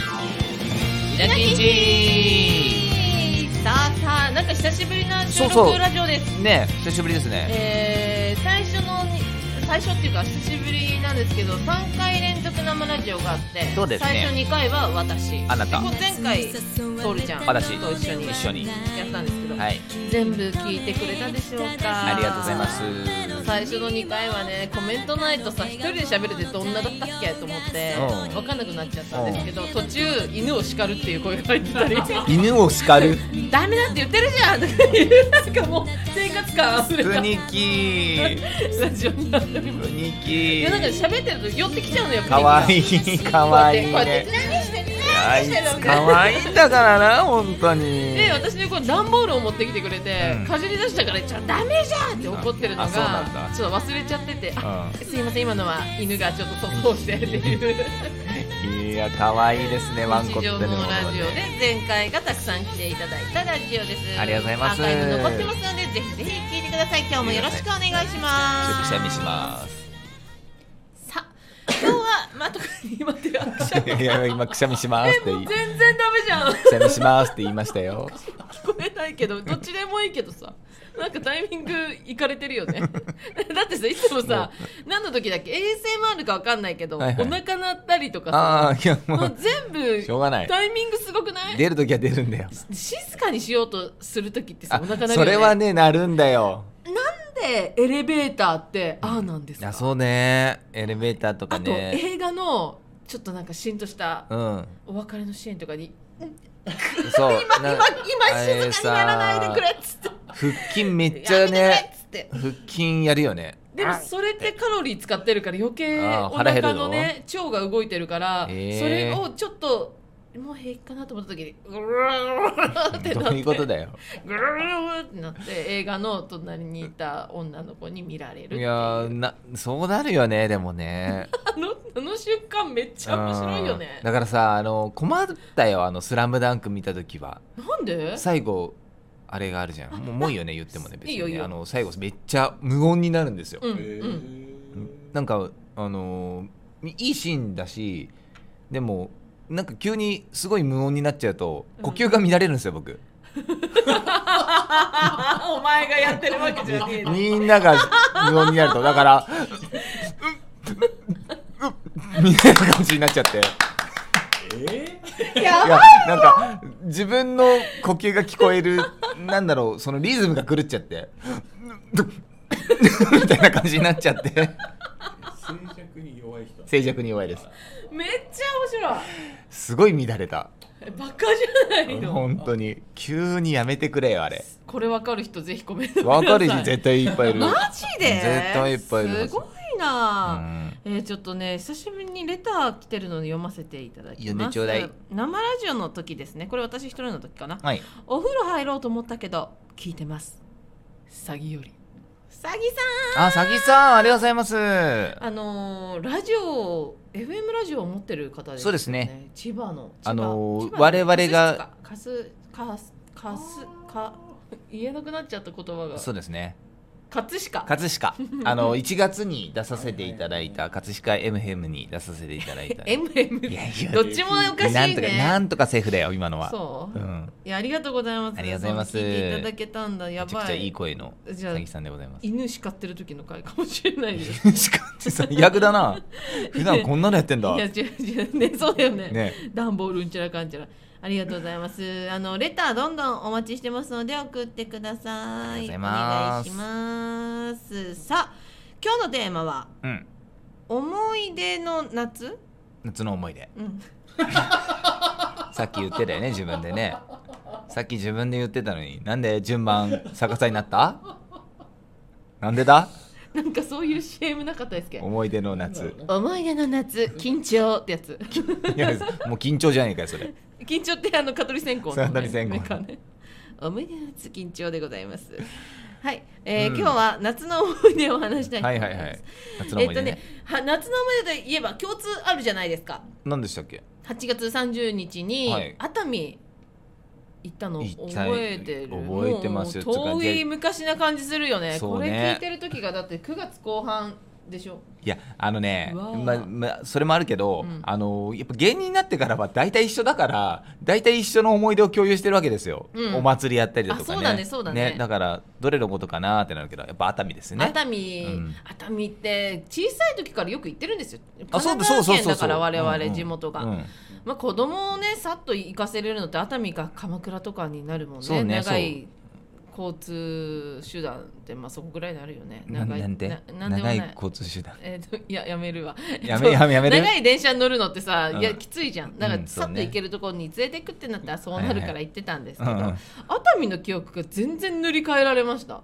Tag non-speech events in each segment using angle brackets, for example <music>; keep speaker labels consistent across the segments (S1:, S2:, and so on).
S1: ラキーチ
S2: さあさあ、なんか久しぶりな収
S1: そうそう
S2: 録ラジオです。
S1: ねえ久しぶりですね
S2: えー、最初のに、最初っていうか久しぶりなんですけど、3回連続生ラジオがあって、
S1: そうですね
S2: 最初2回は私。
S1: あなた
S2: でこう前回、トールちゃん
S1: 私
S2: と一緒に
S1: 一緒に
S2: やったんですけど、
S1: はい
S2: 全部聞いてくれたでしょうか
S1: ありがとうございます
S2: 最初の2回はねコメントないとさ一人で喋るってどんなだったっけと思って
S1: うん
S2: 分かんなくなっちゃったんですけど途中犬を叱るっていう声が入っ
S1: <laughs>
S2: てたり
S1: 犬を叱 <laughs> る
S2: ダメだって言ってるじゃんとかいうなんかもう生活感あふれ
S1: プ
S2: た
S1: ニキー
S2: ラジオになっておりま
S1: プ
S2: す
S1: ニキ
S2: いやなんか
S1: ー
S2: 喋ってると寄ってきちゃうのよ
S1: かわい
S2: い
S1: いかわいい
S2: こうやって
S1: ね
S2: こうやって何してる
S1: あ
S2: 何
S1: い
S2: し
S1: つ
S2: てるのみたい
S1: か
S2: な
S1: わいいんだからな本当に
S2: で私のこれ段ボールを持ってきてくれて、
S1: うん
S2: かじり出したから「じゃあダメじゃん!」って怒ってるの
S1: あそう
S2: が
S1: なんだ
S2: ちょっと忘れちゃってて「あ
S1: う
S2: すいません今のは犬がちょっと外をして」っていう
S1: んいやかわいいですねワンコっ
S2: 日
S1: てね
S2: 常のラジオで前回がたくさん来ていただいたラジオです
S1: ありがとうございます
S2: アーカイブ残ってますのでぜひぜひ聞いてください今日もよろしくお願いし
S1: <laughs> ちょっと
S2: ま
S1: く
S2: す
S1: しゃみします
S2: さあ今日はまあ特に今手はくしゃ
S1: <laughs>
S2: み
S1: いや今くしゃみしますって言
S2: もう
S1: い
S2: 全然ダメじゃん
S1: くしゃみしますって言いましたよ
S2: 聞こえないけどどっちでもいいけどさなんかタイミングいかれてるよね <laughs> だってさいつもさ何の時だっけ ASMR かわかんないけど、
S1: はいはい
S2: お腹鳴ったりとかさ
S1: ああいやも
S2: も
S1: う
S2: う全部
S1: しょうがない
S2: タイミングすごくない
S1: 出るときは出るんだよ
S2: 静かにしようとする時ってさ
S1: あ
S2: お腹鳴るよ、ね、
S1: それはねなるんだよ
S2: なんでエレベーターってああなんですか
S1: あそうねエレベーターとか
S2: あと
S1: ね
S2: 映画のちょっとなんかしんとした
S1: うん
S2: お別れのシーンとかに
S1: そう
S2: <laughs> 「今今
S1: な
S2: 今
S1: あ
S2: 静
S1: れ
S2: かにやらないでくれ」
S1: さ
S2: っつって
S1: 腹筋めっ
S2: 「
S1: ちゃ
S2: やめてくれ」
S1: ね
S2: っつって
S1: 腹筋やるよね
S2: でもそれってカロリー使ってるから余計
S1: あー
S2: お
S1: 腹減る
S2: 腹
S1: の
S2: のね腸が動いてるから、
S1: へー
S2: それをちょっともう平気かなと思った
S1: <laughs>
S2: 時にグルーって
S1: ど
S2: なっ
S1: う
S2: て
S1: いうことだよ
S2: グルーってなって映画の隣にいた女の子に見られるって
S1: い
S2: いう
S1: やーなそうなるよねでもね
S2: あのあの瞬間めっちゃ <laughs> 面白いよね
S1: うんだからさあの困ったよあの「スラムダンク見た時は
S2: なんで
S1: 最後あれがあるじゃんもうもういいよね言ってもね別にね
S2: いいよいいよ
S1: あの最後めっちゃ無音になるんですよ、
S2: うんう
S3: え
S2: ん
S1: なんかあのーいいシーンだしでもなんか急にすごい無音になっちゃうと
S2: うん
S1: 呼吸が乱れるんですよ僕、
S2: <laughs> お前がやってるわけじゃねえの
S1: みんなが無音になるとだからうっうっうっみたいな感じになっちゃってい
S3: え
S2: や
S1: やなんか自分の呼吸が聞こえるなんだろうそのリズムが狂っちゃってうっうっみたいな感じになっちゃって
S3: ー、静寂に弱い人。
S1: 静寂に弱いです
S2: めっちゃ面
S1: すごい乱れた
S2: 白いバカじゃないの
S1: 本当に急にやめてくれよあれ
S2: これわかる人ぜひコメントくださ
S1: わ
S2: い
S1: かる人絶対いっぱいいる
S2: マジで
S1: 絶対いっぱいいるはず
S2: すごいうな、
S1: ん
S2: えーちょっとね久しぶりにレター来てるので読ませていただき
S1: 読んで
S2: ます
S1: ちょうだい
S2: 生ラジオの時ですねこれ私一人の時かな
S1: はい
S2: お風呂入ろうと思ったけど聞いてます詐欺より詐欺さん
S1: あさぎさんありがとうございますあ
S2: あのーラジオ FM ラジオを持ってる方です、
S1: そうですね
S2: 千葉の千葉
S1: の
S2: 千葉
S1: ー
S2: の
S1: 我々が
S2: かすかすかすか言えなくなっちゃった言葉が
S1: そうですね
S2: 葛飾
S1: 葛飾あ
S2: <laughs>
S1: の1月に出させていただいた葛飾 M ヘムに出させていただいたい
S2: MM
S1: やいや
S2: どっちもおかしいね
S1: なんとかなんとかセーフだよ今のは
S2: そう、
S1: ん
S2: いやありがとうございます。
S1: ありがとうございます
S2: その聞いていただけたんだ。や
S1: めちゃく
S2: ば
S1: ちゃ
S2: い。
S1: いい声の
S2: じゃあ
S1: さぎさんでございます <laughs>
S2: 犬叱ってる時の回かもしれないです。
S1: しかし最悪だな普段こんなのやってん
S2: い
S1: だ
S2: や違う違うねそうだよね。
S1: ね
S2: ダンボールうんちゃらかんちゃら。ありがとうございます。あのレターどんどんお待ちしてますので送ってくださ
S1: あ
S2: い。
S1: りがとうございます
S2: お願いします。さあ今日のテーマは
S1: うん
S2: 思い出の夏。
S1: 夏の思い出
S2: うん。 <laughs>
S1: さっき言ってたよね自分でねさっき自分で言ってたのになんで順番逆さになったなんでだ
S2: なんかそういう CM なかったですけど。
S1: 思い出の夏
S2: 思い出の夏緊張ってやつ。
S1: いやもう緊張じゃねえかよそれ
S2: 緊張ってあの蚊取り線香の、
S1: そう蚊取り線香
S2: メカねおめでとう緊張でございますはい、えー
S1: うん
S2: 今日は夏の思い出を話したいと
S1: は
S2: 思
S1: い
S2: いま
S1: は
S2: す
S1: いはい夏の思い出ね,、
S2: えっとねは夏の思い出といえば共通あるじゃないですか
S1: 何でしたっけ
S2: 8月30日に
S1: はい
S2: 熱海行ったの
S1: 行
S2: 覚
S1: った
S2: えてる
S1: 覚えてますよ
S2: もう
S1: つうか
S2: 遠
S1: で
S2: い昔な感じするよね
S1: そ
S2: こ
S1: うね
S2: れ聞いてる時がだって9月後半でしょ
S1: いやあのね
S2: うわー
S1: ままそれもあるけど、
S2: うん
S1: あのやっぱ芸人になってからは大体一緒だから大体一緒の思い出を共有してるわけですよ、
S2: うん
S1: お祭りやったりだとかね
S2: あそうだねそうだね
S1: だからどれのことかなってなるけどやっぱ熱海ですね
S2: 熱海、
S1: うん
S2: 熱海って小さい時からよく行ってるんですよ
S1: あそう
S2: 神
S1: そう
S2: 奈
S1: そうそうそう
S2: 川県だから我々
S1: うんうん
S2: 地元が、
S1: うん
S2: まあ、子供をねさっと行かせれるのって熱海か鎌倉とかになるもんね
S1: そうね
S2: 長い交通手段ってまあそこぐらいになるよね
S1: な
S2: 長い
S1: なんて
S2: ななんでもな
S1: 長
S2: い
S1: い交通手段
S2: えっといややめるわ
S1: や
S2: <laughs>
S1: めやめやめる
S2: 長い電車に乗るのってさ、
S1: うん
S2: いやきついじゃんだか
S1: うん
S2: ら
S1: そうね
S2: さっと行けるところに連れてくってなったらそうなるから行ってたんですけど、
S1: うんうん
S2: 熱海の記憶が全然塗り替えられました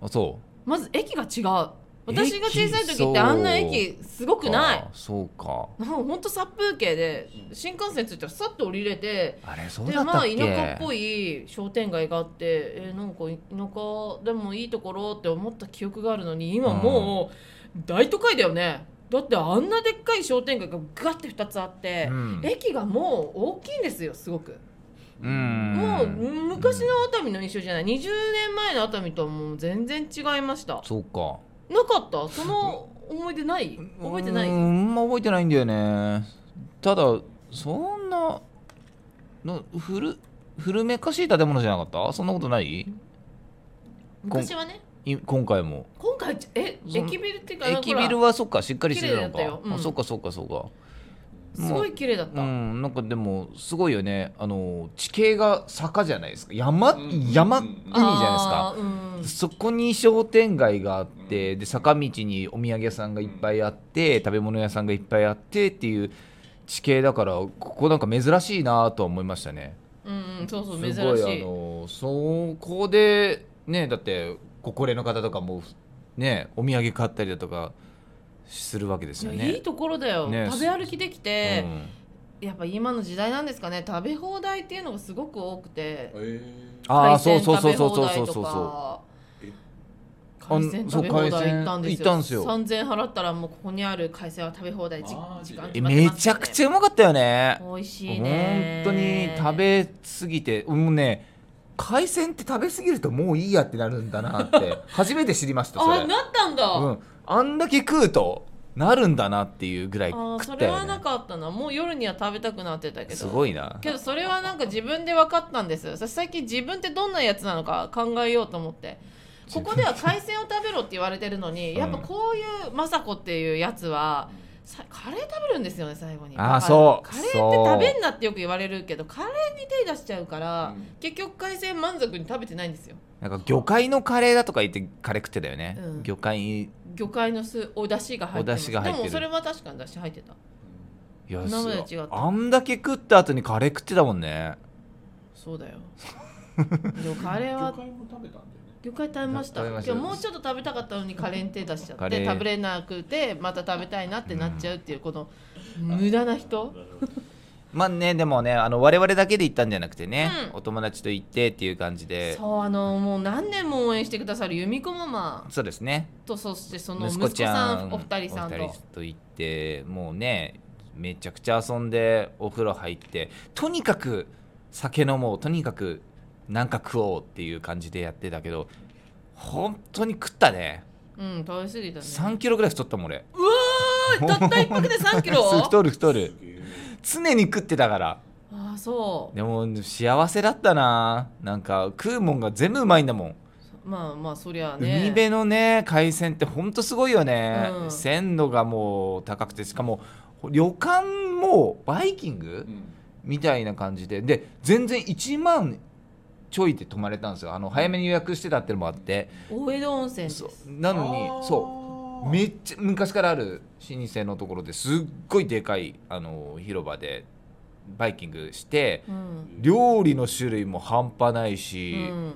S1: あそ
S2: まず駅が違う私が小さい
S1: 駅
S2: 時
S1: そ
S2: っ
S1: う
S2: てあんな駅すご
S1: う
S2: くない
S1: あそうか
S2: なんかほんと殺風景で新幹線着いたらさっと降りれて
S1: あれそう
S2: で
S1: だった
S2: ま
S1: っ
S2: あ
S1: け
S2: 田舎っぽい商店街があってえーなんか田舎でもいいところって思った記憶があるのに今もう大都会だよねだってあんなでっかい商店街がガッて2つあって、
S1: うん
S2: 駅がもう大きいんですよすごく、
S1: うん
S2: もう昔の熱海の印象じゃない20年前の熱海とはもう全然違いました
S1: そうか
S2: なかったその思い出ない覚えてな
S1: う
S2: い
S1: んあんま覚えてないんだよねただそんなの古古めかしい建物じゃなかったそんなことない
S2: 昔はね
S1: い今回も
S2: 今回え
S1: その
S2: 駅ビルっていうかなんか
S1: 駅
S2: ほら
S1: ビルはそっかしっかりしてるの
S2: 綺麗だっ
S1: か、
S2: たようん
S1: あそっかそっかそっか
S2: すごい綺麗だった、
S1: うんなんかでもすごいよねあの地形が坂じゃないですか山、
S3: うん
S1: 山
S3: うん
S1: 海じゃないですか
S2: あーうん
S1: そこに商店街があってで坂道にお土産屋さんがいっぱいあって食べ物屋さんがいっぱいあってっていう地形だからここなんか珍しいなとは思いましたね。
S2: うん、そうそう珍し
S1: すごい
S2: い
S1: あのそこでねだってご高齢の方とかもねお土産買ったりだとかするわけですよ
S2: いやいい
S1: ね。
S2: ところだよ、
S1: ね
S2: 食べ歩きでき
S1: う
S2: て、
S1: ん
S2: やっぱ今の時代なんですかね食べ放題っていうのがすごく多くて
S3: えー、
S1: ああ
S2: 海
S1: そう
S2: 鮮
S1: そう
S2: 食
S1: そう
S2: べ
S1: そう
S2: 放
S1: そうそう
S2: 題
S1: そうそ
S2: とか
S3: え
S1: あの
S2: 海鮮食べ放題
S1: そう海鮮
S2: 行ったんです
S1: 行
S2: よ
S1: ったんですよ
S2: 3000円払ったらもうここにある海鮮は食べ放題じ
S3: マジ
S2: 時
S3: で
S2: 間
S1: うえめ
S2: 決まってます
S1: ちゃくち
S2: ゃ
S1: ゃうまかったよね。
S2: 美味しい
S1: 本
S2: ね
S1: 当に食べ過ぎてもうね海鮮って食べ過ぎるともういいやってなるんだなって
S2: <laughs>
S1: 初めて知りましたそれ
S2: あなったんだ、
S1: うん、あんだけ食うとなるんだなっていうぐらい
S2: あー
S1: 食
S2: そ
S1: った
S2: れ
S1: よ
S2: はな
S1: ね
S2: かったなもう夜には食べたくなってたけど
S1: すごいな
S2: けどそれはなんか自分で分かったんですよ私最近自分ってどんなやつなのか考えようと思ってここでは海鮮を食べろって言われてるの
S1: う
S2: に、
S1: ん
S2: やっぱこういう政子っていうやつはさカレー食べるんですよね最後に
S1: あーそう
S2: カレーって食べんなってよく言われるけどカレーに手出しちゃうから、
S3: うん
S2: 結局海鮮満足に食べてないんですよ
S1: なんか魚介のカレーだとか言ってカレー食ってたよね、
S2: うん
S1: 魚介い
S2: 魚介の酢お出汁が入ってます
S1: お出汁が入ってる
S2: でもそれは確かに出汁入ってた
S1: や
S2: 今までと違った
S1: あんだけ食った後にカレー食ってたもんね
S2: そ
S1: <laughs>
S2: うだよでもカレーは
S3: 魚介も食べたんだよね
S2: 魚介食べました
S1: 食べました
S2: 今日もうちょっと食べたかったのにカレーに手出しちゃ
S1: カ
S2: っ
S1: レ
S2: て
S1: ー
S2: 食べれなくてまた食べたいなってなっちゃうっていうこの無駄な人
S1: まあねでもねあの我々だけで行ったんじゃなくてね、
S2: うん
S1: お友達と行ってっていう感じでそう
S2: そうあのもう何年も応援してくださる由美子ママ
S1: ですね
S2: とそしてそ
S1: 息
S2: の息
S1: 子
S2: 子
S1: ち
S2: さ
S1: ゃん
S2: んお二人さん
S1: お二
S2: と
S1: 人と行ってもうねめちゃくちゃ遊んでお風呂入ってとにかく酒飲もうとにかくなんか食おうっていう感じでやってたけど本当に食ったね
S2: うん食べ過ぎたね
S1: 3キロぐらい太ったもん俺
S2: うわーたった一泊で3
S1: <laughs>
S2: キロ
S1: 太る太る
S3: すげえ
S1: 常に食ってたから
S2: ああそ
S1: でも幸せだったななんか食うもんが全部うまいんだもん
S2: うまあまあそりゃあね
S1: 海辺のね海鮮ってほんとすごいよね、
S2: うん
S1: 鮮度がもう高くてしかも旅館もバイキング
S3: うん
S1: みたいな感じでで全然1万ちょいで泊まれたんですよあの早めに予約してたってのもあって
S2: 大江戸温泉です
S1: そうなのにそううめっちゃ昔からある老舗のところですっごいでかいあの広場でバイキングして
S2: うん
S1: 料理の種類も半端ないうし、
S2: ん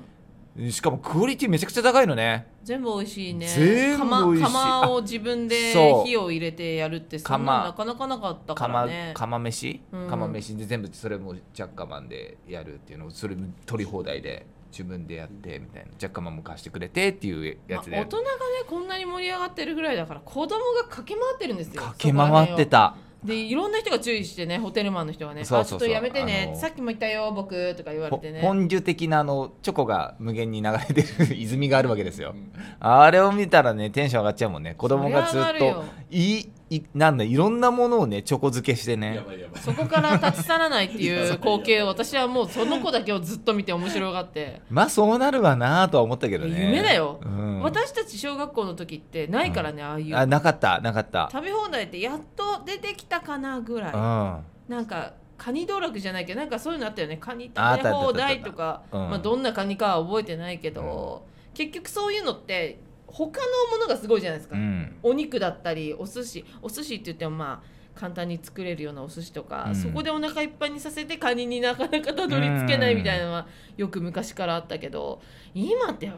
S1: しかもクオリティめちゃくちゃ高いのね
S2: 全部美味しいね
S1: 全部美味しい
S2: 釜釜を自分で
S1: そう
S2: 火を入れてやるってそ
S1: 釜
S2: んなのなかなかなかったから
S1: 釜
S2: ね
S1: 釜飯、
S2: うん
S1: 釜飯で全部それもジャッカマンでやるっていうのをそれも取り放題で自分でやってみたいなジャッカマンも貸してくれてっていうやつで
S2: ま
S1: や
S2: あ
S1: る、
S2: 大人がねこんなに盛り上がってるぐらいだから子供が駆け回ってるんですよ
S1: 駆け回ってた
S2: そでいろんな人が注意してねホテルマンの人はね「
S1: そうそうそう
S2: あちょっとやめて
S1: あ
S2: ね
S1: の」
S2: さっきも言ったよ僕」とか言われてね
S1: ほ本樹的なあのチョコが無限に流れてる泉があるわけですよ、
S3: うん
S1: あれを見たらねテンション上がっちゃうもんね子供がずっ
S2: そりゃ上が
S1: と
S2: るよ
S1: いいいなんだいろんなものをねチョコ漬けしてね
S3: やばいやばい。
S2: そこから立ち去らないっていう光景を私はもうその子だけをずっと見て面白がって、
S1: まあそうなるわなとは思ったけどね
S2: 夢だよ、
S1: うん、
S2: 私たち小学校の時ってないからね、ああい
S1: あ
S2: う
S1: なかったなかった
S2: 食べ放題ってやっと出てきたかなぐらい
S1: うん
S2: なんかカニ道楽じゃないけどなんかそういうのあったよねカニ
S1: ああっ
S2: 食
S1: た
S2: べ
S1: あったあった
S2: 放題とか
S1: うん
S2: まあ、どんなカニかは覚えてないけど、結局そういうのって他のものがすごいじゃないですか、
S1: うん
S2: お肉だったりお寿司お寿司って言ってもまあ簡単に作れるようなお寿司とか、
S1: うん
S2: そこでお腹いっぱいにさせてカニになかなかたどり着けないみたいなのはよく昔からあったけど今ってバ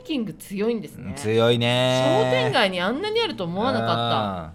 S2: イキング強いんですね
S1: 強いね
S2: 商店街にあんなにあると思わなかっ
S1: っ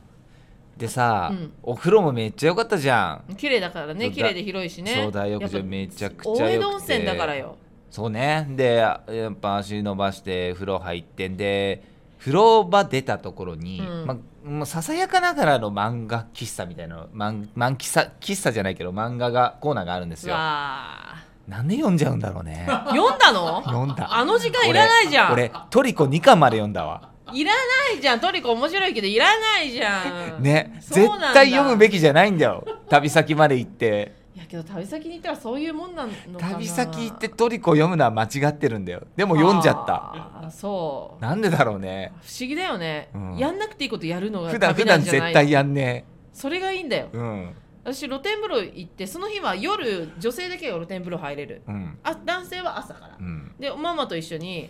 S1: たでさ、
S2: うん
S1: お風呂もめっちゃ良かったじゃん
S2: た綺麗だから
S1: そ
S2: ね
S1: うだ
S2: 綺麗で広いしね
S1: そうだよ
S2: や
S1: く
S2: っぱ
S1: じゃめちゃくちゃよくて
S2: 大江戸温泉だからよ
S1: そうねでやっぱ足伸ばして風呂入ってんで風呂場出たところに、
S2: うん
S1: まもうささやかながらの漫画喫茶みたいな漫漫喫茶喫茶じゃないけど漫画がコーナーがあるんですよ
S2: わあ
S1: なんで読んじゃうんだろう
S2: <laughs>
S1: ね
S2: 読んだの
S1: 読んだ
S2: あの時間いらないじゃん
S1: 俺俺トリコ2巻まで読んだわ
S2: いらないじゃんトリコ面白いけどいらないじゃ
S1: <laughs>
S2: ん
S1: ね
S2: そう
S1: 絶
S2: なんだ
S1: 対読むべきじゃないんだよ旅先まで行って
S2: いやけど旅先に行ったらそういうもんなのかな
S1: 旅先行ってトリコ読むのは間違ってるんだよでも読んじゃった
S2: あーそう
S1: なんでだろうね
S2: 不思議だよね、
S1: うん
S2: やんなくていいことやるのが
S1: 普段普
S2: 旅な
S1: 段
S2: んじゃ
S1: 絶
S2: ない
S1: 対やんね
S2: それがいいんだよ
S1: えうん
S2: 私露天風呂行ってその日は夜女性だけが露天風呂入れる
S1: うん
S2: あ男性は朝から
S1: うん
S2: でママと一緒に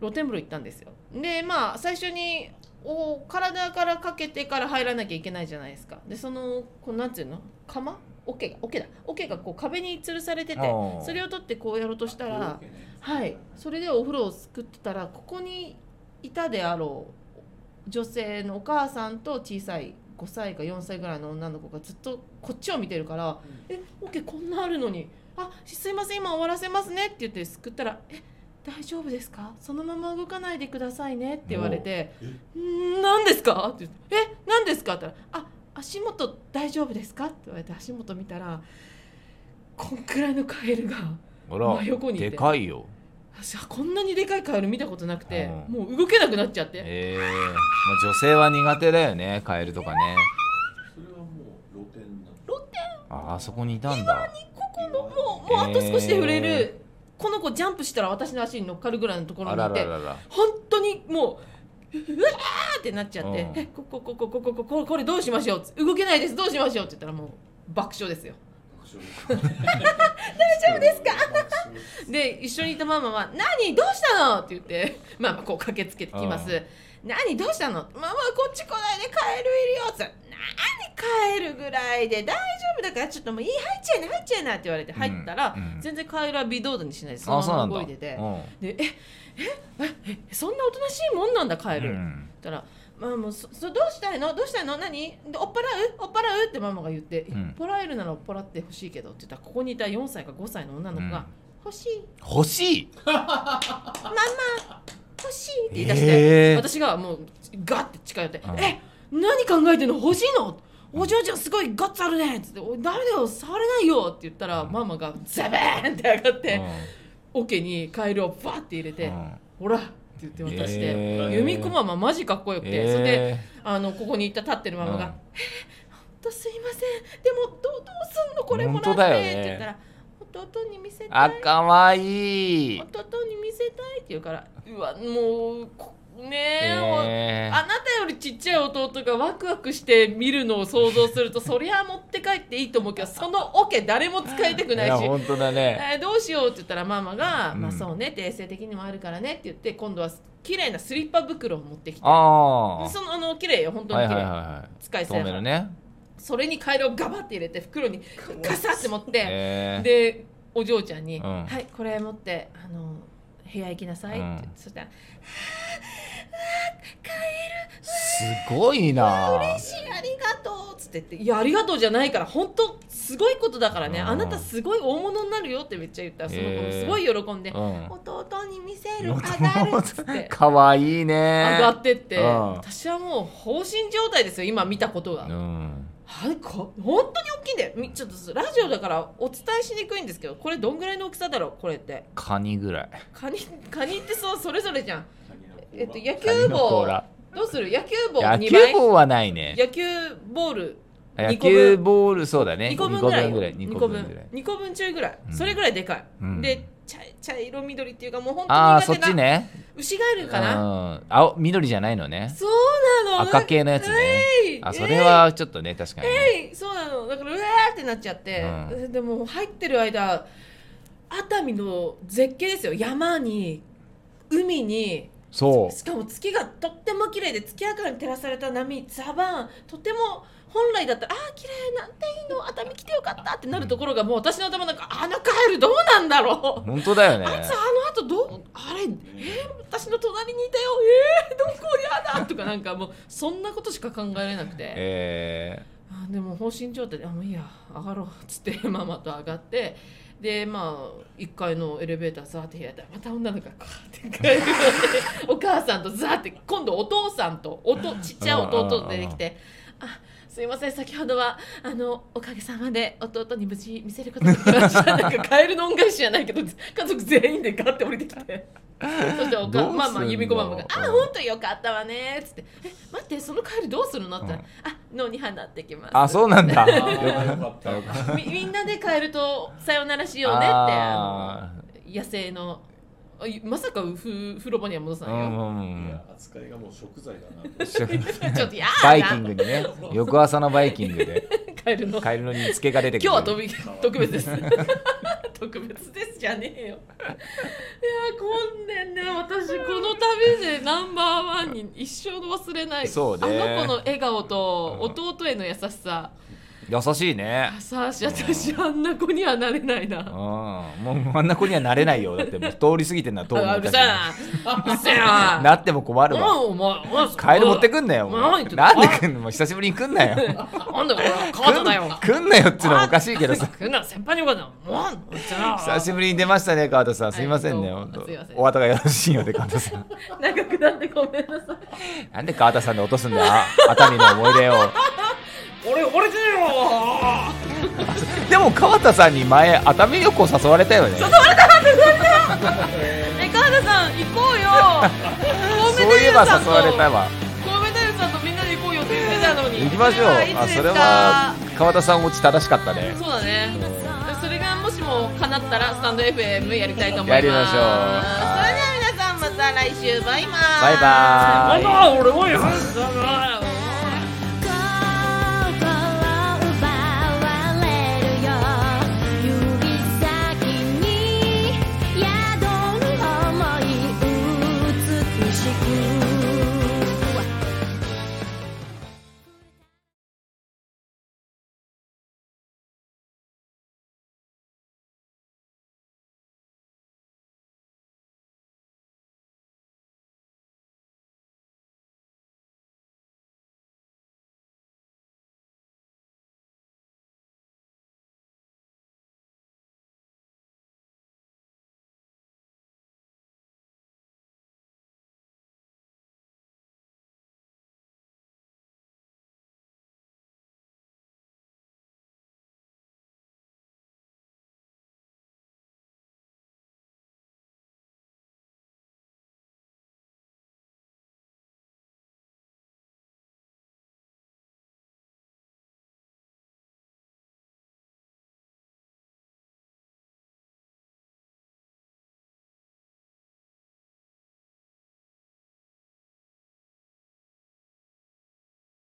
S2: 露天風呂行ったんですよでまあ最初にお体からかけてから入らなきゃいけないじゃないですかでそのこうなんていうの釜桶が桶だ桶がこう壁に吊るされてて
S1: おー
S2: それを取ってこうやろうとしたら
S3: あそういうわけね
S2: はい、それでお風呂を作ってたらここにいたであろう女性のお母さんと小さい5歳か4歳ぐらいの女の子がずっとこっちを見てるから「えオッケーこんなあるのにあすいません今終わらせますね」って言ってすくったら「え大丈夫ですかそのまま動かないでくださいね」って言われて「んー何ですか?」って言って「え何ですか?」って言ったら「あ足元大丈夫ですか?」って言われて足元見たらこんくらいのカエルが。
S1: ほ
S2: 真横にいて
S1: でかいよ
S2: 私はこんなにでかいカエル見たことなくて、
S1: うん
S2: もう動けなくなっちゃって
S1: ええまあ女性は苦手だよねカエルとかね
S3: それはもう露天なの。
S1: ああそこにいたんだ
S2: ここのもうもうあと少しで触れる、
S1: え
S2: この子ジャンプしたら私の足に乗っかるぐらいのところ
S1: あ
S2: にいて
S1: らららら
S2: 本当にもううわーってなっちゃって
S1: う
S2: 「
S1: ん
S2: えこここここここここれどうしましょう」動けないですどうしましょうって言ったらもう爆笑ですよ
S3: 大丈夫です
S2: <laughs>
S3: か。
S2: で一緒にいたママは「何どうしたの?」って言って <laughs> ママこう駆けつけてきます
S1: う
S2: 「何どうしたの?」「ママこっち来ないでカエルいるよ」って言ったら何カエルぐらいで大丈夫だからちょっともういい入っちゃいな入っちゃいな」って言われて入ったら、
S1: うんうん
S2: 全然カエルは微動だにしないでそ
S1: あ
S2: の
S1: あそう
S2: ま
S1: なん
S2: ま
S1: だ
S2: 動
S1: う
S2: いてて
S1: ん
S2: でええええそんなおとなしいもんなんだカエル、
S1: うん
S2: ったら「ママもうそそどうしたいのどうしたいの何で追っ払う追っ払う?」ってママが言って「
S1: うん
S2: 追っ払えるなら追っ払ってほしいけど」って言ったらここにいた4歳か5歳の女の子が「欲しい
S1: 欲しい
S2: 欲しい」って言い出して、
S1: ええ
S2: 私がもうガッて近寄って
S1: うん
S2: 「え何考えてんの欲しいの?」お嬢ちゃんすごいガッツあるねっつって「おいダメだよ触れないよ」って言ったら
S1: うん
S2: ママがザベーンって上がっ
S1: う
S2: て
S1: ん
S2: 桶にカエルをバッて入れて
S1: うん
S2: 「ほら」って言って渡して
S1: えー
S2: 弓子マママジかっこよくてそれで
S1: え
S2: あのここにいた立ってる
S1: え
S2: ママが
S1: うん
S2: 「とすいませんでもどうどうすんのこれもら
S1: 本当
S2: って」
S1: だよね
S2: って言ったら「弟に見せた
S1: あ
S2: い
S1: かわいい
S2: 弟に見せたい」って言うから「うわもうこねえ、
S1: ええ
S2: あなたよりちっちゃい弟がワクワクして見るのを想像するとそりゃ持って帰っていいと思う
S1: <laughs>
S2: けどそのオケ誰も使いたくないい
S1: や
S2: し。
S1: 本当だね
S2: えーどうしようって言ったらママが「
S1: うん
S2: まあそうね定性的にもあるからね」って言って今度は綺麗なスリッパ袋を持ってきて
S1: あ
S2: そのあの綺麗よ本当
S1: あは
S2: に
S1: い
S2: 綺
S1: はい
S2: 麗、
S1: はいは
S2: 使い
S1: い
S2: 捨て
S1: 透
S2: だか
S1: 明の
S2: ら
S1: ね
S2: それにカエルをガバって入れて袋にガサって持って、
S1: ええ
S2: でお嬢ちゃんに「
S1: うん
S2: はいこれ持ってあの部屋行きなさい」って、
S1: うん
S2: そしたら「
S1: すごいな
S2: しありがとう」っつって言って「いやありがとうじゃないから本当すごいことだからね、
S1: うん
S2: あなたすごい大物になるよ」ってめっちゃ言ったらその子もすごい喜んで「
S1: うん
S2: 弟に見せる上がる」っつって。
S1: <laughs> かわいいね
S2: 上がってって、
S1: うん
S2: 私はもう放心状態ですよ今見たことが、
S1: うん
S2: ははいこ本当に大きいんだよみちょっとラジオだからお伝えしにくいんですけどこれどんぐらいの大きさだろうこれって
S1: カニぐらい
S2: カニカニってそうそれぞれじゃんえっと野
S1: カニ
S2: 球
S1: の甲
S2: 棒
S1: 羅
S2: どうする野球棒
S1: 野
S2: 2
S1: 球
S2: 倍
S1: 棒はないね
S2: 野球ボール
S1: 野
S2: 二個分
S1: 球ボールそうだね
S2: 2個分ぐらい
S1: 二
S2: よ
S1: 個分ぐらい
S2: 二
S1: 二
S2: 個
S1: 個
S2: 分
S1: 分ぐらい
S2: 2個分中ぐらい、
S1: うん
S2: それぐらいでかい、
S1: うん
S2: で茶茶色緑っていうかもう本
S1: ああーそ
S2: 当に
S1: っ
S2: 苦手
S1: ち
S2: な、
S1: ね
S2: 牛ガエル
S1: う
S2: かな、
S1: ん青緑じゃないのね
S2: そうなの
S1: 赤系のやつね
S2: えい
S1: あそれはちょっとね確かにね
S2: えいそうなのだからうわーってなっちゃって、
S1: う
S2: でも入ってる間熱海の絶景ですよ山に海に
S1: そう
S2: しかも月がとっても綺麗で月明かりに照らされた波ザバーンとても本来だったらあー綺麗なんていいの熱海来てよかったってなるところがもう私の頭なんかあのカエルどうなんだろう
S1: 本当だよね
S2: あいつあの後どうあれ私の隣にいたよえー、どこやだとかなんかもうそんなことしか考えられなくて
S1: え
S2: あでも放心状態で「あもういいや上がろう」っつって <laughs> ママと上がってでまあ1階のエレベーターザーって部屋でまた女の子がカーって帰るのでお母さんとザーって今度お父さんとおとちっちゃい弟出てきて「あすいません先ほどはあのおかげさまで弟に無事見せることができ
S1: <laughs>
S2: ました」なんかカエルの恩返しじゃないけど家族全員でガッて降りてき
S1: <laughs>
S2: て。そして
S1: ど
S2: お
S1: うす
S2: か
S1: んの
S2: ママ指子ママが「あ
S1: うん
S2: 本当よかったわね」っつって「え待ってそのカエルどうするの?」って言ったら「あ脳に放ってきます」
S1: ー、あそうなん
S2: <laughs>
S1: だ
S3: あーよかった
S1: よかっ
S2: みみんなで帰るとさよならしようねってあ
S1: あ
S2: の野生のあいまさかふ風呂場には戻さ
S1: ーう
S2: ないよ、
S1: んうん
S3: いうや
S1: ん
S3: 扱いがもう食材だ
S2: <laughs>
S3: なと
S2: ちょっとや
S1: <laughs> バ
S2: だ
S1: イキングにね翌朝のバイキングで
S2: 帰るの今
S1: カエルの煮付けが出てくる
S2: 日は飛び特別です <laughs> 特別ですじゃねえよいやこんねんね私この旅でナンバーワンに一生忘れない
S1: そうね
S2: あの子の笑顔と弟への優しさ
S1: 優しいね
S2: 優しい私あんな子にはなれないな
S1: うんもうあんな子にはなれないよだってもう通り過ぎてんなと思
S2: あう
S1: う
S2: る
S1: か
S2: さい
S1: ら
S2: なうるせえな
S1: なっても困るわ
S2: お前お前
S1: カエル持ってくんなよもう
S2: な
S1: なんん
S2: で
S1: で来んのもう久しぶりに来んなよ
S2: なんだこれ <laughs> カードだよ
S1: <laughs> 来んなよっつうのもおかしいけどさ
S2: くんな先輩に言うからもう
S1: 久
S2: 久
S1: しぶりに出ましたね川田さんすいませんね
S2: はいど
S1: 本当
S2: うもすいません
S1: お後がよろしいよね川田さん
S2: 長くなってごめんなさい
S1: なんで川田さんで落とすんだよ <laughs> あ熱海の思い出を
S2: 俺俺じゃね
S1: <laughs> でも川田さんに前熱海旅行誘われたよね
S2: えよえ川田さん行
S1: <laughs>
S2: こうよ
S1: そういえば誘われたわ
S2: コウメ太夫さんとみんなで行こうよって言ってたのに
S1: 行きましょう
S2: いつ
S1: あ
S2: です
S1: それ
S2: か
S1: は川田さん落ち正しかったね
S2: そうだねそれがもしも叶ったらスタンド FM やりたいと思います
S1: やりましょう
S2: それでは皆さんまた来週バイバイ
S1: バイバーイ
S2: ママ俺もやだな